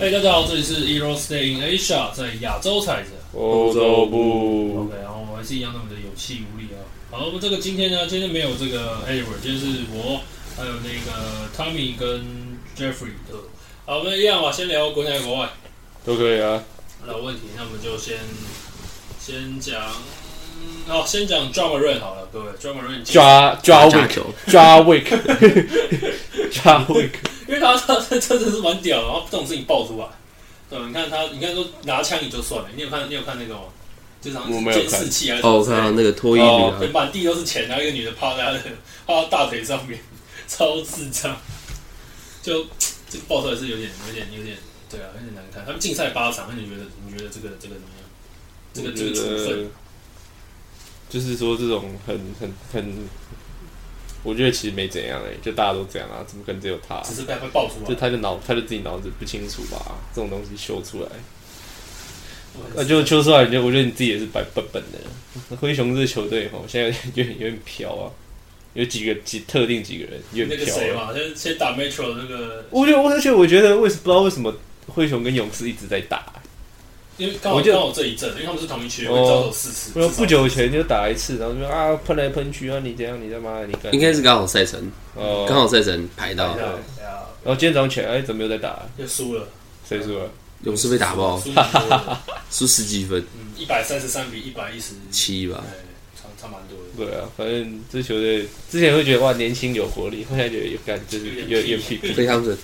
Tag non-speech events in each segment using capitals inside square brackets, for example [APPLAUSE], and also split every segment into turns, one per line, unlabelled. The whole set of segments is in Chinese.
嘿哎大家好，这里是 Euro Stay in Asia，在亚洲踩着。
欧洲部
OK，然后我还是一样那么的有气无力啊。好，我们这个今天呢，今天没有这个 Edward，今天是我还有那个 Tommy 跟 Jeffrey 的。好，我们一样啊，先聊国内国外。
都可以啊。
那有问题，那我们就先先讲，嗯好，先讲 John m a r a n 好了，各位 John m a r a n
抓抓
打
week，
球，
抓 [LAUGHS] week，抓 week。
因为他他他真的是蛮屌的，然后这种事情爆出来，对，你看他，你看说拿枪也就算了，你有看你有看那个吗？这场
我没有
监
看
视器还是什么
哦，我看到那个脱衣
哦
女啊
对，满地都是钱，然后一个女的趴在她的趴到大腿上面，超智障，就这个爆出来是有点有点有点，对啊，有点难看。他们竞赛八场，那你觉得你觉得这个这个怎么样？这个
我
这
觉
个处
得
分，
就是说这种很很很，我觉得其实没怎样哎、就大家都这样啊，怎么可能只有他？
只是被被爆出来，
就他的脑，他就自己脑子不清楚吧？这种东西修出来，
我很
那就修出来，你就我觉得你自己也是白笨笨的。灰熊这球队吼，现在有点有点有点飘啊，有几个几特定几个人有
那
点
个
飘、
谁
啊。
嘛，先先打 Metro 那个，
我觉得，我而且我觉得为什不知道为什么灰熊跟勇士一直在打、
因为刚好
我就
刚好这一阵，因为他们是同一区，
哦
会遭受四次。
我说
至少
不久前就打一次，然后就说啊喷来喷去啊，你怎样你他妈的你干
应该是刚好赛程，
哦，
刚好赛程排
对
到
啊，对啊，
然后今天早上起来哎怎么又在打？
又输了，
谁输了？
勇士被打爆，
输蛮多的，
输十几分，
嗯，一百三十三比一百一十，
[LAUGHS] 七吧
哎，，差差蛮多的。
对啊，反正这球队之前会觉得哇年轻有活力，后来觉得有干就是有有屁屁，
对他们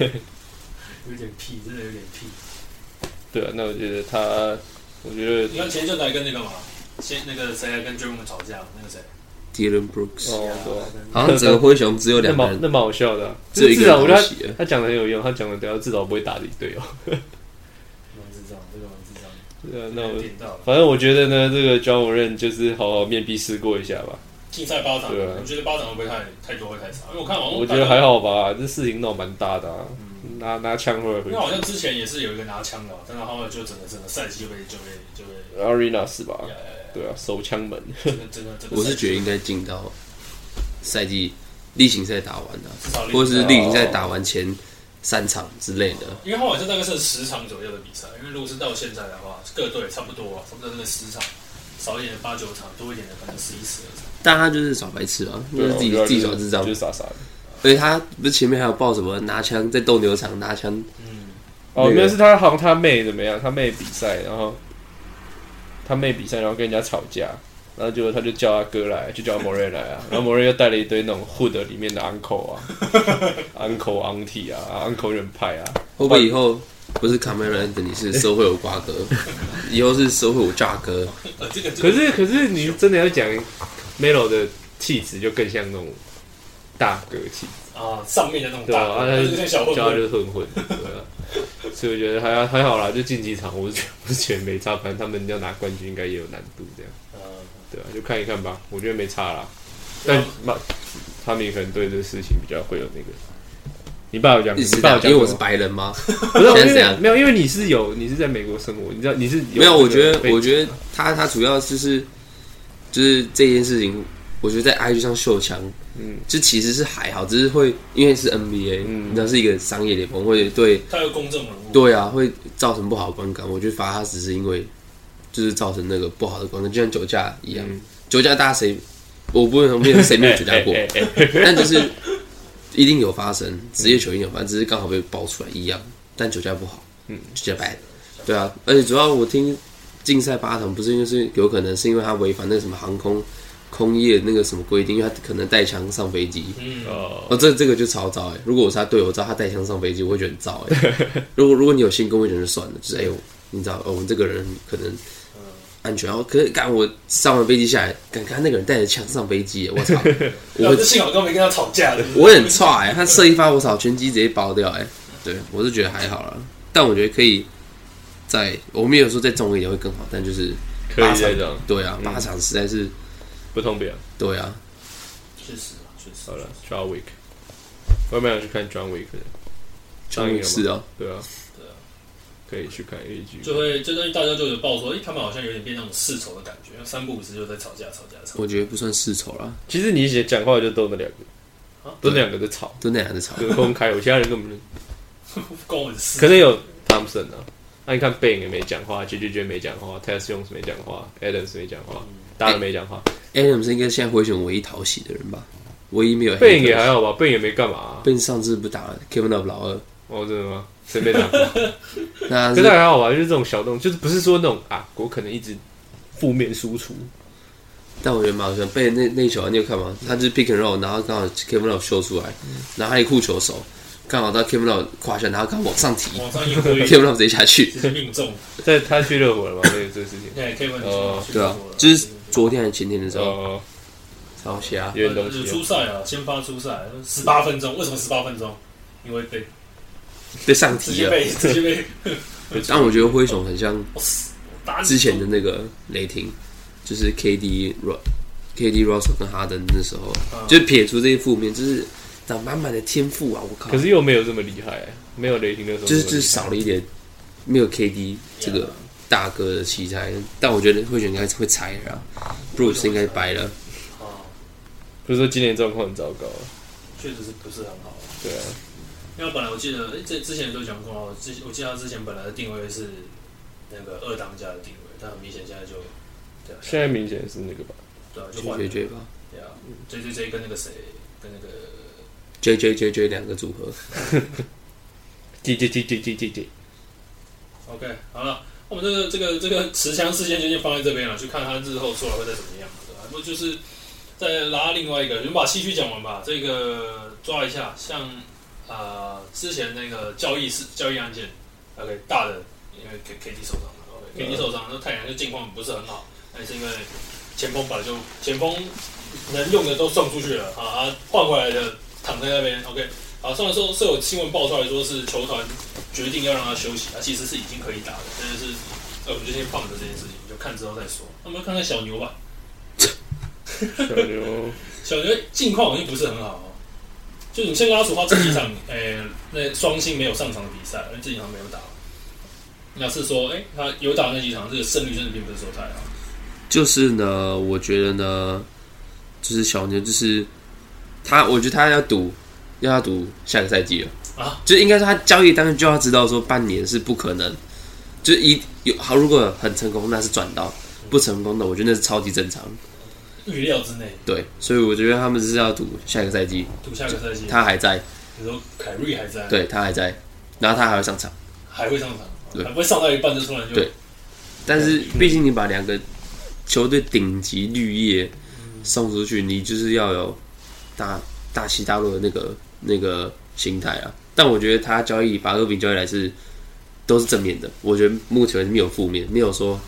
有点屁，真的有点屁。
对啊，那我觉得他，我觉得
你看前一阵来跟那个嘛，先那个谁来跟 j e r m 吵架，那个谁，
Dylan Brooks，
哦对啊，
[LAUGHS] 好像整个灰熊只有
那
两个
蛮
人，
那蛮好笑的啊，
只有一
至
个
少我
人
觉得
偷
他
袭了，
他讲的很有用，他讲的对啊，至少不会打自己队友。
蛮智障，这个蛮智障，
对啊，那我
点到了。
反正我觉得呢，这个 John w a r n 就是好好面壁思过一下吧，
竞赛八场，
对啊
我觉得八场会不会太太多会太少？因为我看网络，
我觉得还，好吧，这事情闹蛮大的啊，
嗯，
拿拿枪回来回
因为好像之前也是有一个拿枪的，但是他们就整个整个赛季就被就被就被，呃
Arena 是吧？
呀呀呀
对啊，手枪门。
整个整个整个，
我是觉得应该进到赛季例行赛打完的，啊
至少
或者是
另，
例行赛打完前三场之类的，
因为后来就大概剩十场左右的比赛，因为如果是到现在的话，各队差不多啊，差不多那个十场，少一点的八九场，多一点的可能十一十二场。
但他就是耍白痴啊，就是自己
对啊
自己耍智障
就，是傻傻的。
而且他不是前面还有报什么拿枪在斗牛场拿枪，
嗯，
哦，
那个
没有，是他好像他妹怎么样？他妹比赛，然后他妹比赛，然后跟人家吵架，然后结果他就叫他哥来，就叫莫瑞来啊，然后莫瑞又带了一堆那种 hood 里面的 uncle 啊，uncle auntie 啊，uncle 人派啊，
会不会以后不是卡梅伦等你是收回我瓜哥，以后是收回我炸哥？
呃，这个这个
可是可是你真的要讲 Melo 的气质，就更像那种大哥气质。
啊，上面的那种
对
大
啊，
哥，
啊
他就是那小混
叫他
混
就是混混，对啊。所以我觉得还还好啦，就晋级场，我是觉得我是觉得没差，反正他们要拿冠军应该也有难度，这样
呃
对啊，就看一看吧，我觉得没差啦。
对啊
但马他们可能对这事情比较会有那个。你爸有讲，
一
你
直
爸有
讲，
讲
因为
什么，
我是白人吗？
不是
现在
因为
怎样
没有，因为你是有你是在美国生活，你知道你是
没有，我觉得，
得
我觉得他他主要就是就是这件事情，我觉得在 IG 上秀强，
嗯，
这其实是还好，只是会因为是 NBA，
嗯
你知道是一个商业联盟，会对
他有公众人物，
对啊，会造成不好的观感。我觉得罚他只是因为就是造成那个不好的观感，就像酒驾一样，
嗯
酒驾大家谁，我不能没有谁没有酒
[LAUGHS]
驾过，
哎哎哎
[LAUGHS] 但就是一定有发生，职业球员有发生，只是刚好被爆出来一样。但酒驾不好，
嗯，
酒驾 bad，对啊。而且主要我听竞赛八场不是就是有可能是因为他违反那个什么航空空业那个什么规定，因为他可能带枪上飞机。
嗯，
哦，
哦，这这个就超糟哎、如果我是他队友，我知道他带枪上飞机，我会觉得很糟哎、如果如果你有心跟我讲就算了，就是哎、我你知道哦，我这个人可能安全，然后哦可是干我上完飞机下来，敢看那个人带着枪上飞机、欸，我操，我
我
会
是幸好刚没跟他吵架的，
我很差哎、他射一发我操，拳击直接爆掉哎、对我是觉得还好啦，但我觉得可以在我们有时候再重一点会更好，但就是
可
八
以
场
再讲，
对啊，
嗯
八场实在是
不痛不痒。
对啊，
确实啊，确实
好了，John Wick，我蛮想去看 John Wick 的，
终于是哦，
对啊，
对啊，
可以去看 A G，
就会就东西大家就有报说，哎，他们好像有点变那种世仇的感觉，三不五时就在吵架，吵架，吵架。
我觉得不算世仇啦，
其实你写讲话就都那两个
啊，
都那两个在吵，
就那样的吵。
隔空开火，其他人根本就
关我的事。
可是有 Thompson 啊，那、你看 Bang 也没讲话，JJJ 没讲话，Tess Jones 没讲话，Adams 没讲话，大人没讲话、
Adams 应该现在灰熊唯一讨喜的人吧，唯一没有
b a n g 也
haters
还好吧，Bang 也没干嘛、啊。
被上次不打了 Kevin Love 老二，
哦，真的吗？谁没
[LAUGHS]
打过？
那
可
是
是还好吧，就是这种小动，就是不是说那种啊，我可能一直负面输出，
但我觉得蛮好笑，被那那一球啊你有看吗？他就是 pick and roll，然后刚好 Kevin Love 秀出来，然后他一库球手刚好到 Kevin Love 胯下，然后刚好往上提
哦
网上一挥，
，Kevin Love 直接下去。
直接命中。哎
在他去热火了嘛，
[LAUGHS]
那个这个事情，
对，Kevin
哦
去
对啊
中国，了
就是昨天还是前天的时候，
哦，
超瞎。
有点东
有
西
出
哦。
赛啊，先发出赛，十八分钟，为什么十八分钟？因为被
被上
直
提
接
了。
被直接被
但我觉得灰熊很像
我死我打你
之前的那个雷霆，就是 KD、Ro、KD、Russell 跟哈登那时候，
啊
嗯
就是撇除这些负面，就是长满满的天赋啊！我靠，
可是又没有这么厉害，没有雷霆那时候那么厉害，
就是就是少了一点，没有 KD 这个大哥的奇才。但我觉得灰熊应该会裁了啊，Bruce 应该白了。
啊，
不是说今年状况很糟糕啊，
确实是不是很好。
对啊，
因为本来我记得诶这之前都讲过，啊我之我记得他之前本来的定位是那个二当家的定位，但很明显现在就对啊，
现在明显是那个吧，
对啊，就换
绝
了
绝吧
对啊，J J J 跟那个谁跟那个
，J J J J 两个组合，
J J J J J J J，
OK，好了，我们这个这个这个持枪事件就先放在这边了，去看他日后出来会再怎么样，对吧？不就是再拉另外一个，你们把西区讲完吧。这个抓一下，像啊、呃之前那个交易事交易案件，OK 大的，因为 K K D 受伤了，OK K D 受伤，那太阳就近况不是很好，那是因为前锋本来就前锋能用的都送出去了啊，换回来的躺在那边，OK。好，上的时候是有新闻爆出来说是球团决定要让他休息，他其实是已经可以打的，但是呃，我们就先放着这件事情，就看之后再说。那我们看看小牛吧，
小牛，
小牛近况好像不是很好哦。就你先跟他说，他这几场，诶、那双星没有上场的比赛，因为这几场没有打。那是说，诶、他有打那几场，这个胜率真的并不是说太好。
就是呢，我觉得呢，就是小牛，就是他，我觉得他要赌，要他赌下个赛季了
啊，
就是应该说他交易当时就要知道说半年是不可能，就是一有好，如果很成功那是赚到，不成功的我觉得那是超级正常，
预料之内，
对，所以我觉得他们是要赌下个赛季
赌下个赛季，
他还在，
你说凯瑞还在，
对他还在，然后他还会上场，
还会上场，
对
还不会上到一半就突然就
对但是毕竟你把两个球队顶级绿叶送出去，你就是要有大大起大落的那个那个心态啊。但我觉得他交易把厄比交易来是都是正面的，我觉得目前没有负面，没有说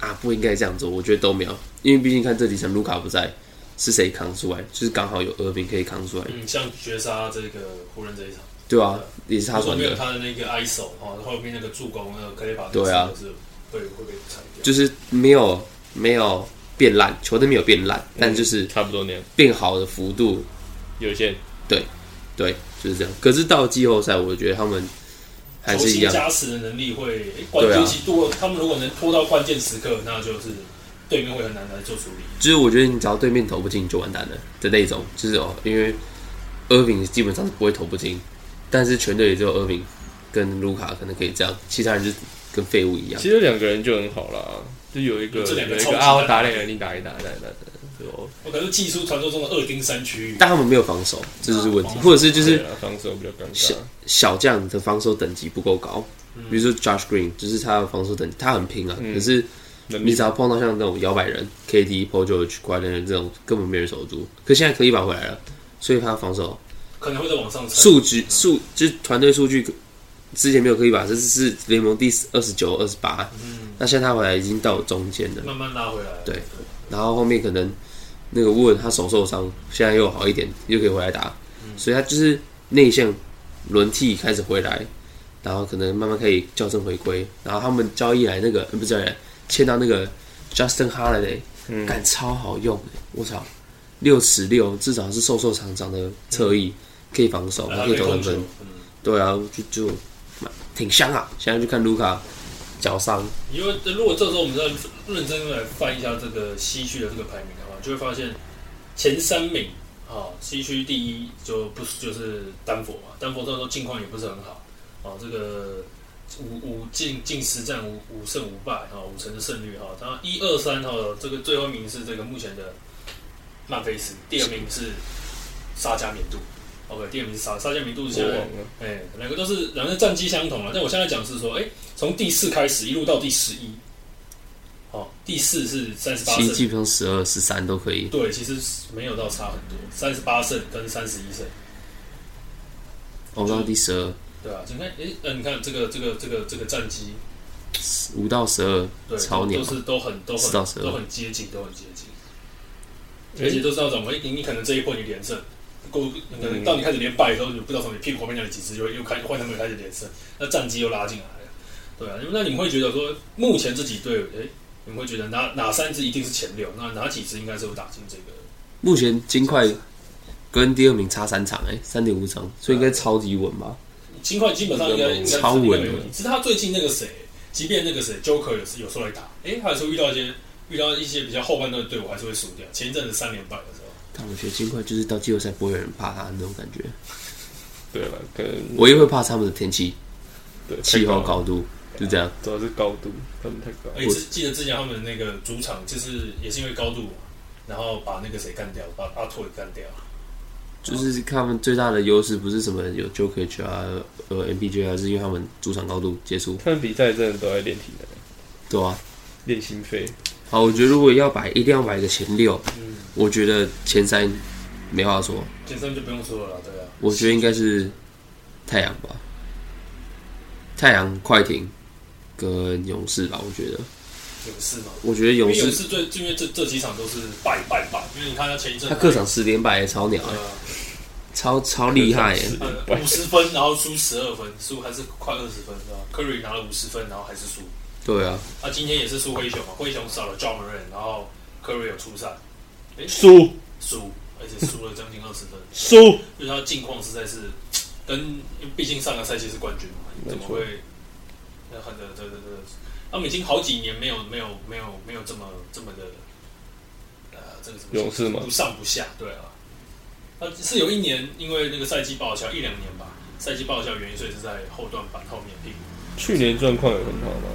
啊不应该这样做，我觉得都没有，因为毕竟看这几层卢卡不在，是谁扛出来，就是刚好有厄比可以扛出来，
嗯，像绝杀这个湖人这一场。
对啊，也是他
说
管
没有
的，
他的那个 ISO 哦，后面那个助攻那个克雷巴，
对啊
是会会被裁掉。
就是没有没有变烂，球队没有变烂， [LAUGHS] 但就是
差不多那样，
变好的幅度
有限，
对，就是这样。可是到季后赛，我觉得他们还
球
是一
星
样，
加持的能力会诶关
对
键
啊
期度，他们如果能拖到关键时刻，那就是对面会很难来做处理。
就是我觉得你只要对面投不进就完蛋了的那种，就是哦，因为厄平基本上是不会投不进，但是全队也只有厄平跟卢卡可能可以这样，其他人就跟废物一样。
其实两个人就很好啦，就有一个
这两个
有一
超级
个啊，我
大
打两个，你打一打，打一打，对哦，
我感觉技术传说中的二丁三区域，
但他们没有防守，这就是问题，或者是就
就是啊防守比较尴尬
小。小将的防守等级不够高，比如说 Josh Green，就是他的防守等级他很拼啊，可是
能
你
力
只要碰到像那种摇摆人，KD、Paul George、g u a r d i a 这种根本没人守得住，可现在可以把回来了，所以他的防守
可能会再往上撑。
数据数就是团队数据之前没有可以把，这是联盟第二十九、二十八，那现在他回来已经到中间了，
慢慢拉回来。
对然后后面可能那个沃他手受伤，现在又好一点，又可以回来打，
嗯
所以他就是内线轮替开始回来，然后可能慢慢可以校正回归，然后他们交易来那个呃不是交易来签到那个 Justin Holiday，
嗯
感超好用、我操，六尺六至少是瘦瘦长长的侧翼，可以防守，
然
还
后
可以
嗯被
投三
控球
分。，
嗯，
对啊，就就蛮挺香啊。现在去看卢卡脚伤，
因为如果这时候我们再认真来翻一下这个西区的这个排名的话，就会发现前三名啊、西区第一就不是就是丹佛嘛，丹佛这时候近况也不是很好，哦，这个五五进进十战五五胜五败哈、哦，五成的胜率哈、哦。然后一二三哈，这个最后一名是这个目前的曼菲斯，第二名是沙加缅度。OK，第二名是沙沙加缅度是
国
现
王
在
了，
哎，两个都是两个战绩相同了。但我现在讲是说，哎，从第四开始一路到第十一，哦，第四是三十八
其实
胜，
基本上十二、十三都可以。
对，其实没有到差很多，三十八胜跟三十一胜。
哦，到第十二，
对啊，你看，诶，呃，你看这个这个这个这个战绩，
五到十二，
对，
超
都
鸟
都是都很都
四
很
到十二
都很接近，都很接近，
诶哎
而且都知道怎么，诶哎你你可能这一波你连胜，够，你可能到你开始连败的时候，你不知道从你屁股后面那里几只就会又开换他们开始连胜，那战绩又拉进来了，对啊，那你们会觉得说，目前这几队，诶，你们会觉得哪哪三支一定是前六，那哪几支应该是有打进这个？
目前金块跟第二名差三场、哎，三点五场，所以应该超级稳吧？
金块基本上应该应该
超稳的
没问题。只是他最近那个谁，即便那个谁 Joker 有时有时候来打，诶，他还是会遇到一些遇到一些比较后半段的队伍，还是会输掉。前一阵子三连败的时候，
但我觉得金块就是到季后赛不会有人怕他的那种感觉，
对了，可能
我也会怕他们的天气、
对
气候
太了
高度，
啊
就这样。
主要是高度，他们太高。
而且哎记得之前他们那个主场就是也是因为高度嘛，然后把那个谁干掉，把阿托也干掉。
就是他们最大的优势不是什么有 Jokic 啊、呃 m p j 啊，是因为他们主场高度接触，
他们比赛真的都在练体能，
对啊。
练心肺。
好，我觉得如果要摆，一定要摆一个前六，
嗯，
我觉得前三没话说，
健身就不用说了啦，对啊。
我觉得应该是太阳吧，太阳、快艇跟勇士吧，我觉得，
勇士嘛，
我觉得
因
勇
为勇
士
士最因为这这几场都是败败败，因为你看他前一阵
他客场十连败，超鸟
对，啊
超超厉害耶，
呃五十分，然后输十二分，输还是快二十分，是吧？Curry 拿了五十分，然后还是输。
对啊，
他、今天也是输灰熊嘛，灰熊少了 John Moran，然后 Curry 有出赛，
输
输，而且输了将近二十分，
输，
就是他近况实在是跟，毕竟上个赛季是冠军嘛，
没错
怎么会那很的这这这，他们已经好几年没有没有没有没有这么这么的，呃，这个怎么说
勇士吗
不上不下，对啊，他是有一年因为那个赛季报销一两年吧，赛季报销原因，所以是在后段板后面拼。
去年状况有很好吗？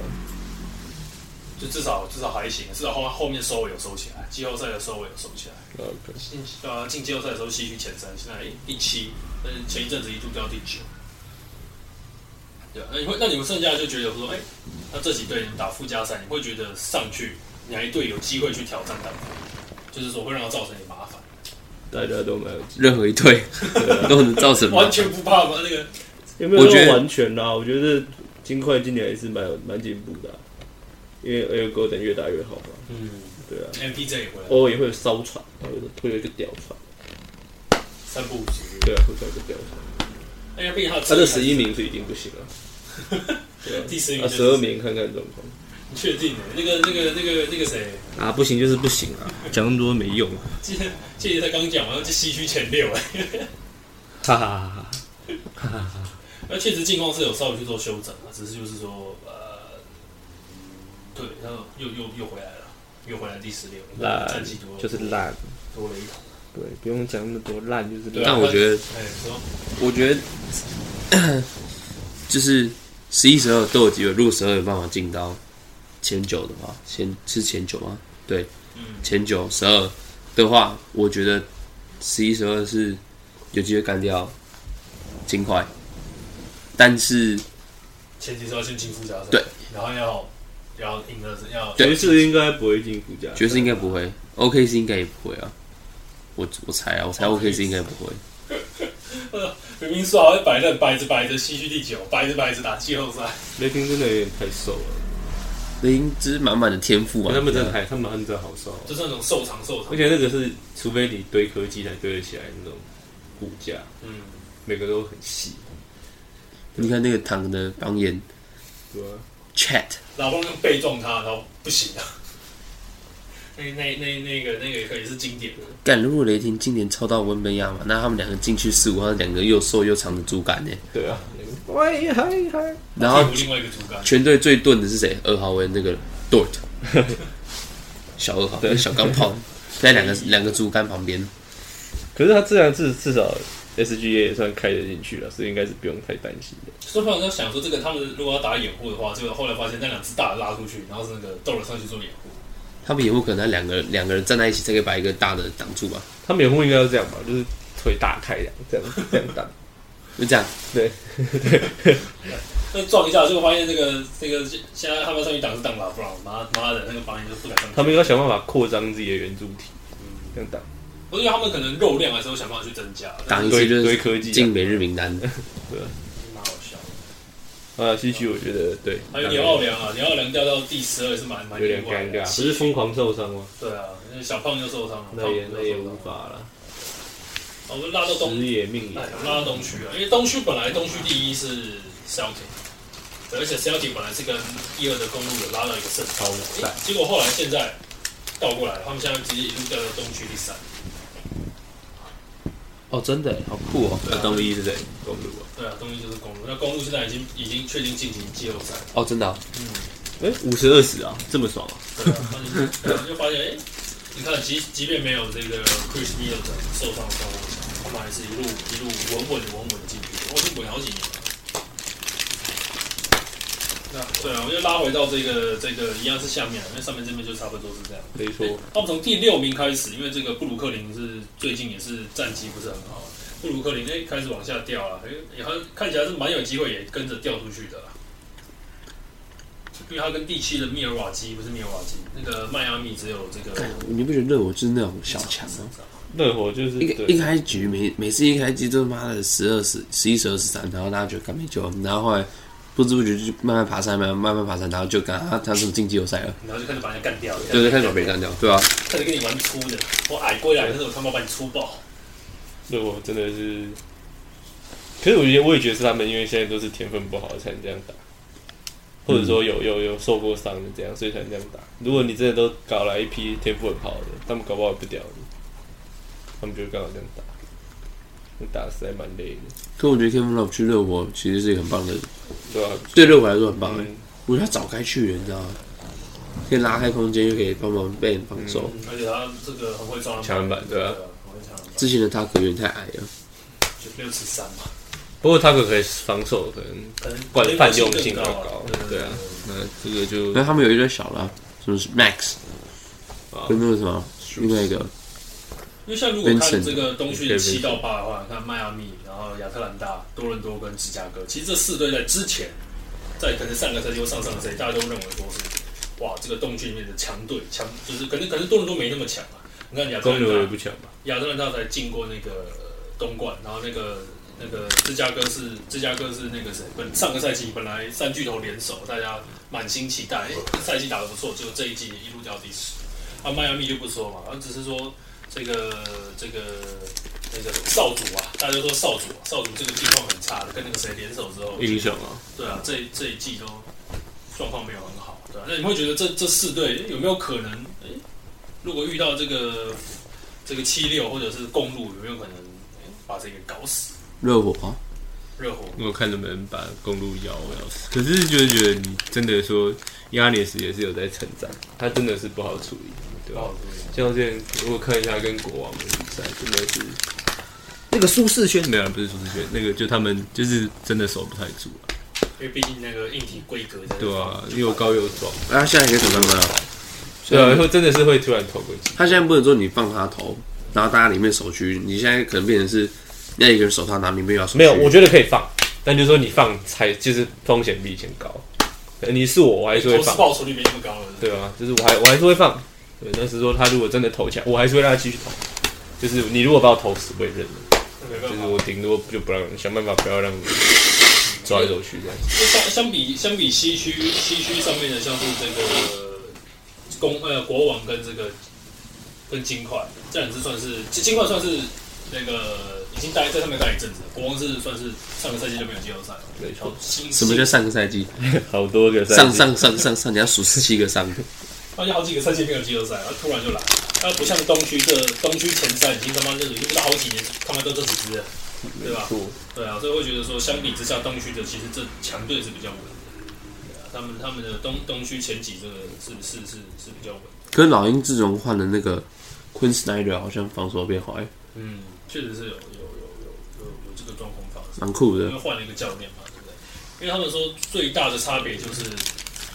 就至少至少还行，至少后后面收尾有收起来，季后赛的收尾有收起来。
那可
进呃进季后赛的时候西区前三，现在诶第七，但是前一阵子一度掉第九。对啊，那你会那你们剩下就觉得说，哎、那这几队你们打附加赛，你会觉得上去哪一队有机会去挑战单就是说会让它造成你麻烦，
大家都没有。
任何一
[LAUGHS]
队都能造成麻
完
烦
全不怕吗？那个
有没有
我觉
到
得
完全啦、我觉得金块今年也是蛮有蛮进步的啊、因为 Air Golden 越打越好嘛。
嗯
对啊，
，MPJ 也回来，
偶尔也会有烧船，然后有的会有一个吊船，
三不五时，
对啊，会有一个吊船。
哎呀，毕竟他，
他的十一，名是一定不行了、对啊
第十名
啊，
就是
十二名看看状况。
你确定的、那个那个那个那个谁，
啊，不行就是不行啊，讲那么多没用啊，
今天今天才刚讲完，这西区前六哎、
哈哈哈哈。
那确实近况是有稍微去做修整啊，只是就是说，呃，对，然后又又又回来了，又回来第十六，战
烂
绩多了
就是烂，
多了一头。
对，不用讲那么多，烂就是
对
烂。
啊
但我觉得，
哎，说
我觉得 [COUGHS] 就是十一、十二都有机会，如果十二有办法进到前九的话，前是前九吗？对，
嗯
前九十二的话，我觉得十一、十二是有机会干掉金块，但是
前提是要先进附加赛，
对，
然后要要赢了，要
对
爵士应该不会进附加赛，
爵士应该不会，OKC 应该也不会啊。我我猜啊，我猜 OKC 应该不会。
明明说好要摆着摆着摆着西区第九，摆着摆着打季后赛，
雷霆真的有点太瘦了，
雷霆只是满满的天赋啊，
他们真的太，他们真的好瘦啊，
就是那种瘦长瘦长
而，且那个是除非你堆科技才堆得起来那种骨架，
嗯，
每个都很细，
你看那个唐的表演
对啊，
，Chat
老公用背撞他，然后不行啊。 [LAUGHS] 那那那那个那个也可以是经典的，
干，如果雷霆今年超到文本亚马，那他们两个进去四五号，两个又瘦又长的猪肝呢。
对
[LAUGHS]
啊，那个喂嗨嗨，
然后
替补另外一个主干，
全队最钝的是谁？二号位那个 Dort，小二号，小钢炮，在两个两个猪肝旁边。
可是他这样至至少 SGA 也算开得进去了，所以应该是不用太担心的。
所以我在想说，这个他们如果要打掩护的话，就后来发现那两只大的拉出去，然后是那个斗了上去做掩护。
他们也有可能两个两个人站在一起才可以把一个大的挡住吧？
他们掩护应该要这样吧，就是腿打开这样，这样这样
[LAUGHS]
打。
就这样，
那撞一下，结果发现这个这个现在他们上去挡是挡拉布朗，妈妈的那个防人就不敢上去。
[LAUGHS] 他们应该想办法扩张自己的圆柱体，
嗯
这样打
我觉得他们可能肉量还是会想办法去增加，但
挡
是
一次
堆
就
堆
是
科技
进
啊。
每日名单。
蛮好笑的。
啊，西区我觉得对，
还有纽奥良啊，纽奥良掉到第十二也是蛮蛮
有点
意外
尴
的
尬，不是疯狂受伤吗？
对啊，那小胖就受伤了，
那也
胖
那
虎就
也
受伤
无
了
法了，
哦我们拉到
时
东，
也命也
哎，。我们拉到东区了，因为东区本来东区第一是 Celtic，对，而且 Celtic 本来是跟一二的公路有拉到一个胜
超的
哎，结果后来现在倒过来了，他们现在直接一路掉到东区第三。
[LAUGHS] 哦，真的耶，好酷哦！
那东一是谁？公路啊，
对啊，东区就是公路，那公路现在已经已经确定晋级季后赛了。
哦，真的啊，
哎，五十二十啊，这么爽啊！
对啊，他就
[LAUGHS]
对啊就发现，哎、你看，即即便没有这个 Chris Neal 的受伤的状况下，他们还是一路一路稳稳的稳稳地进去，我已经稳好几年了。那对啊，我就拉回到这个这个一样是下面啊，因为上面这边就差不多是这样。
没错，
他们从第六名开始，因为这个布鲁克林是最近也是战绩不是很好，布鲁克林哎、开始往下掉了，哎、也好像看起来是蛮有机会也跟着掉出去的啦。因为他跟第七的密尔瓦基不是密尔瓦基，那个迈阿密只有这个
干你不觉得热火就是那种小强吗？
热火就是
一一
对，
开局每每次一开局都妈的十二十十一十二十三，然后大家觉得干没救，然后后来不知不觉就慢慢爬山，慢慢慢慢爬山，然后就干他他是进季后赛了，
然后就开始把人家干掉了，
对对，开始把别人干掉，对啊，
开始跟你玩粗的，我矮过来，但是我他妈把你粗爆。
热火真的是。可是我觉得我也觉得是他们，因为现在都是天分不好才能这样打，或者
嗯
说有有有受过伤的这样，所以才能这样打。如果你真的都搞来一批天赋很好的，他们搞不好也不屌你，他们就刚好这样打，那打实在蛮累的，
可我觉得 Kevin Love 去热火其实是一个很棒的，
对吧、
对热火来说很棒、
嗯
我觉得他早该去了，你知道吗？可以拉开空间，又可以帮忙被人防守。
嗯而且他这个很会抓篮板
抢篮板对啊，
很会抢篮板，
之前的他可有点太矮了，
就六尺三嘛，
不过他可可以防守，可能
可能
惯泛用性
更
比较
高
高
啊，对
对啊，那这个就
那他们有一个小的啊、什么是 Max，
啊
跟那个什么另外一个
因为像如果看
Vincent
这个东区的七到八的话，你看迈阿密，然后亚特兰大、多伦多跟芝加哥，其实这四队在之前，在可能上个赛季或上上个赛季，大家都认为说是哇，这个东区里面的强队，强就是可能可能多伦多没那么强啊。你看亚特
公牛也
兰大，
不强吧？
亚特兰大才进过那个呃东冠，然后那个那个芝加哥是芝加哥是那个谁，本上个赛季本来三巨头联手，大家满心期待，哎、赛季打得不错，结果这一季一路掉到第十。啊，迈阿密就不说嘛，啊，只是说这个这个那个少主啊，大家都说少主、啊，少主这个状况很差的，跟那个谁联手之后，
影响啊，
对啊，这一这一季都状况没有很好，对啊，那你会觉得这这四队诶有没有可能？诶，如果遇到这个这个七六或者是公路，有没有可能诶把这个搞死？
热火啊，
热火
我看能不能把公路咬咬死。可是就是觉得你真的说亚尼斯也是有在成长，他真的是不好处理，对
不
吧、
好说，
像之前如果看一下跟国王的比赛，真的是那个舒适圈没有啊啦，不是舒适圈，那个就他们就是真的守不太住啊，
因为毕竟那个硬体规格在
对啊，又高又壮，
那、他现在可以怎么办啊？
对啊，会真的是会突然投过去，
他现在不能说你放他投，然后大家里面守区，你现在可能变成是那一个人守他，拿里面要守区
没有，我觉得可以放，但就是说你放才就是风险比以前高。可能你是我，我还是会
投资
放，
报酬率没那么高了，
对啊，就是我还我还是会放。对，但是说他如果真的投起来，我还是会让他继续投。就是你如果把我投死，我也认了。
那没
就
办
是
法。
我顶多就不让想办法不要让你走来走去这样。
相相比相比西区西区上面的像是这个公呃国王跟这个跟金块，这两支算是其实金块算是那个已经待在上面待一阵子了，国王是算是上个赛季就没有季后赛了。
没
然后
错，
新
什么叫上个赛季？
[LAUGHS] 好多个赛
上
季
上上上上，你要数十七个上，
而且好几个赛季没有季后赛，然后突然就来，它不像东区这东区前三已经他妈就是已经不知道好几年他们都这几支了，对吧？
错
对啊，所以会觉得说，相比之下，东区的其实这强队是比较稳的，对啊，他们他们的东东区前几这个是是是是比较稳。
可是老鹰自从换了那个 Quinn Snyder，好像防守变好哎、
嗯，确实是有有有有有这个状况发生。
蛮酷
因
的哎
为。换了一个教练嘛，对不对？因为他们说最大的差别就是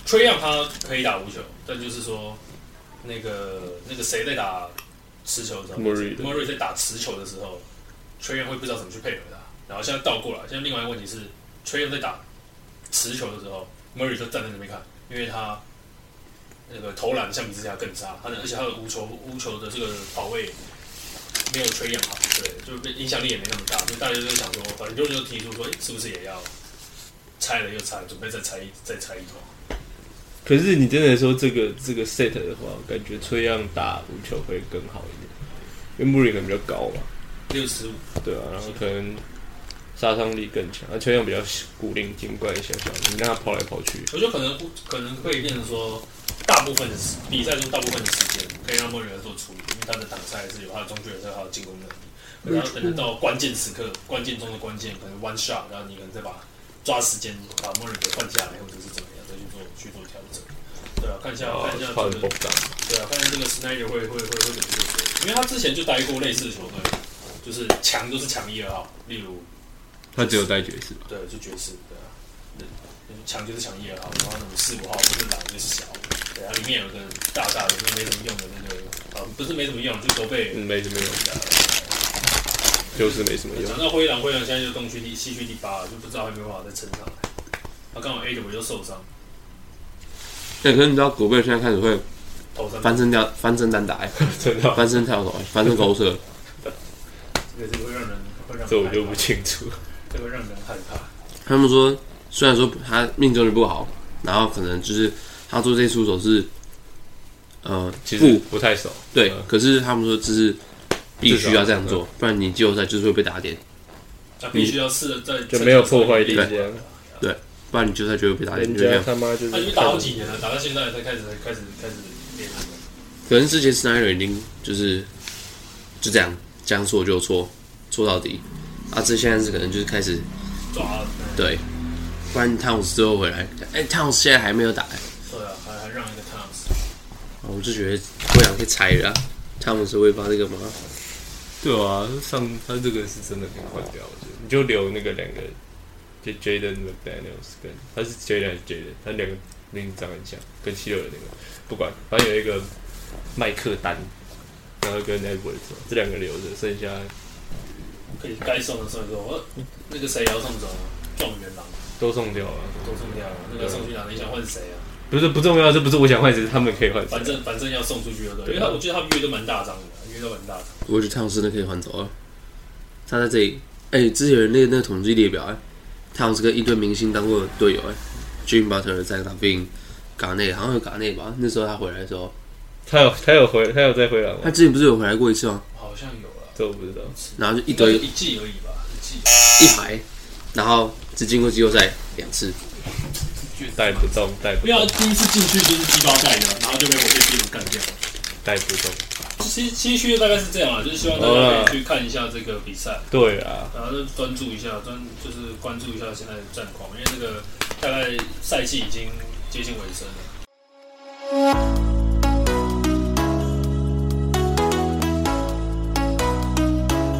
崔让他可以打无球，但就是说那个那个谁在打持球的时候
Murray 的
在打持球的时候，崔让会不知道怎么去配合他。然后现在倒过来，现在另外一个问题是，崔让在打持球的时候，Murray 就站在那边看，因为他那个投篮相比之下更差，他的而且他的无球无球的这个跑位没有崔杨好，对，就是影响力也没那么大，所以大家就想说，反正就是就提出说，诶是不是也要拆了又拆，准备再拆一再拆一通？
可是你真的说这个这个 set 的话，我感觉崔样打无球会更好一点，因为穆里可能比较高嘛，
六十五，
对啊，然后可能杀伤力更强，而啊崔样比较古灵精怪小小，你让他跑来跑去，
我觉得可能可能会变成说，大部分的时比赛中大部分的时间可以让莫里尔做处理，因为他的挡拆是有他的中距离，还有他的进攻能力。可是他可能到关键时刻，关键中的关键，可能 one shot，然后你可能再把抓时间把莫里尔给换下来，或者是怎么样，再去做去做调整。对啊，看一下
然后
看一下
跑
这
的
个
哦爆炸。
对啊，看看这个 Snyder 会会会会怎么做决定因为他之前就待过类似的球队，就是强就是强一二号，例如
他只有带爵士吧？
对就爵士，对啊，对，就是强就是强一二号，然后那种四五号不是懒就是小，对啊，里面有个大大的就是没什么用的那个，啊，不是没什么用，就都被
嗯，没什么用，就是没什么用。
讲到灰狼，灰狼现在就东区第西区第八了，就不知道还有没有办法再撑上来。他刚好 A 九又受伤，
对，可是你知道狗贝现在开始会
头伤，
翻身跳、 [LAUGHS] 翻身单打、欸，
真的
[LAUGHS]
啊，
翻身跳投、欸，翻身勾射，
这个是会让人会让人
这我就不
害怕
清楚。
这个会让人害怕。
他们说，虽然说他命中率不好，然后可能就是他做这出手是，呃，
其实
不
不太熟，
对
嗯，
呃可是他们说这是必须要这样
至少
做，不然你季后赛就是会被打点，
他必须要试着在
就没有破坏力
对
这样
不然你季后赛就会被打点，
人
就这
家
样。
他妈就是
他已经打好几年了，打到现在才开始才开始开始练这个。
可能之前 Snyder 已经就是就这样，将错就错，错到底。啊，这现在是可能就是开始
抓对
对，不然 Towns 之后回来，哎、t o w n s 现在还没有打、欸，
对啊，还还让一个 Towns，
我就觉得灰狼被裁了、啊、，Towns 会发这个吗？
对啊，上他这个是真的可以换掉，我觉得你就留那个两个，就 Jaden McDaniels 跟他是 Jaden 还是 Jaden，他两个名字长得很像，跟七六的那个不管，反正有一个麦克丹，然后跟 Edwards 这两个留着，剩下
可以该送的送一送。我那个谁也要送走啊，状元郎
都送掉了。
都送掉了，那个送去哪？你想换谁啊？
不是不重要，这不是我想换，只是他们可以换谁。
反正反正要送出去了，对。因为
对啊
他我觉得他们约都蛮大张的，啊约都蛮大张。
我觉得 Towns 真的可以换走了。他在这里，哎、之前有那个那个统计列表、哎 Towns 跟一堆明星当过的队友、哎 j i m Butler 在打病。嘎内好像有嘎内吧？那时候他回来的时候，
他有他有回他有再回来
他
吗？
之前不是有回来过一次吗？
好像有了，
这我不知道。
然后就一
应该
堆
是一季而已吧，一季
一排，然后只进过季后赛两次。
带不动，带不
没有啊
动，
第一次进去就是鸡包带的，然后就被火箭第一轮干掉。
带不动。
其实其实区大概是这样啊，就是希望大家可以去看一下这个比赛。
对啊，
然后就专注一下，专就是关注一下现在的战况，因为这个大概赛季已经接近尾声了。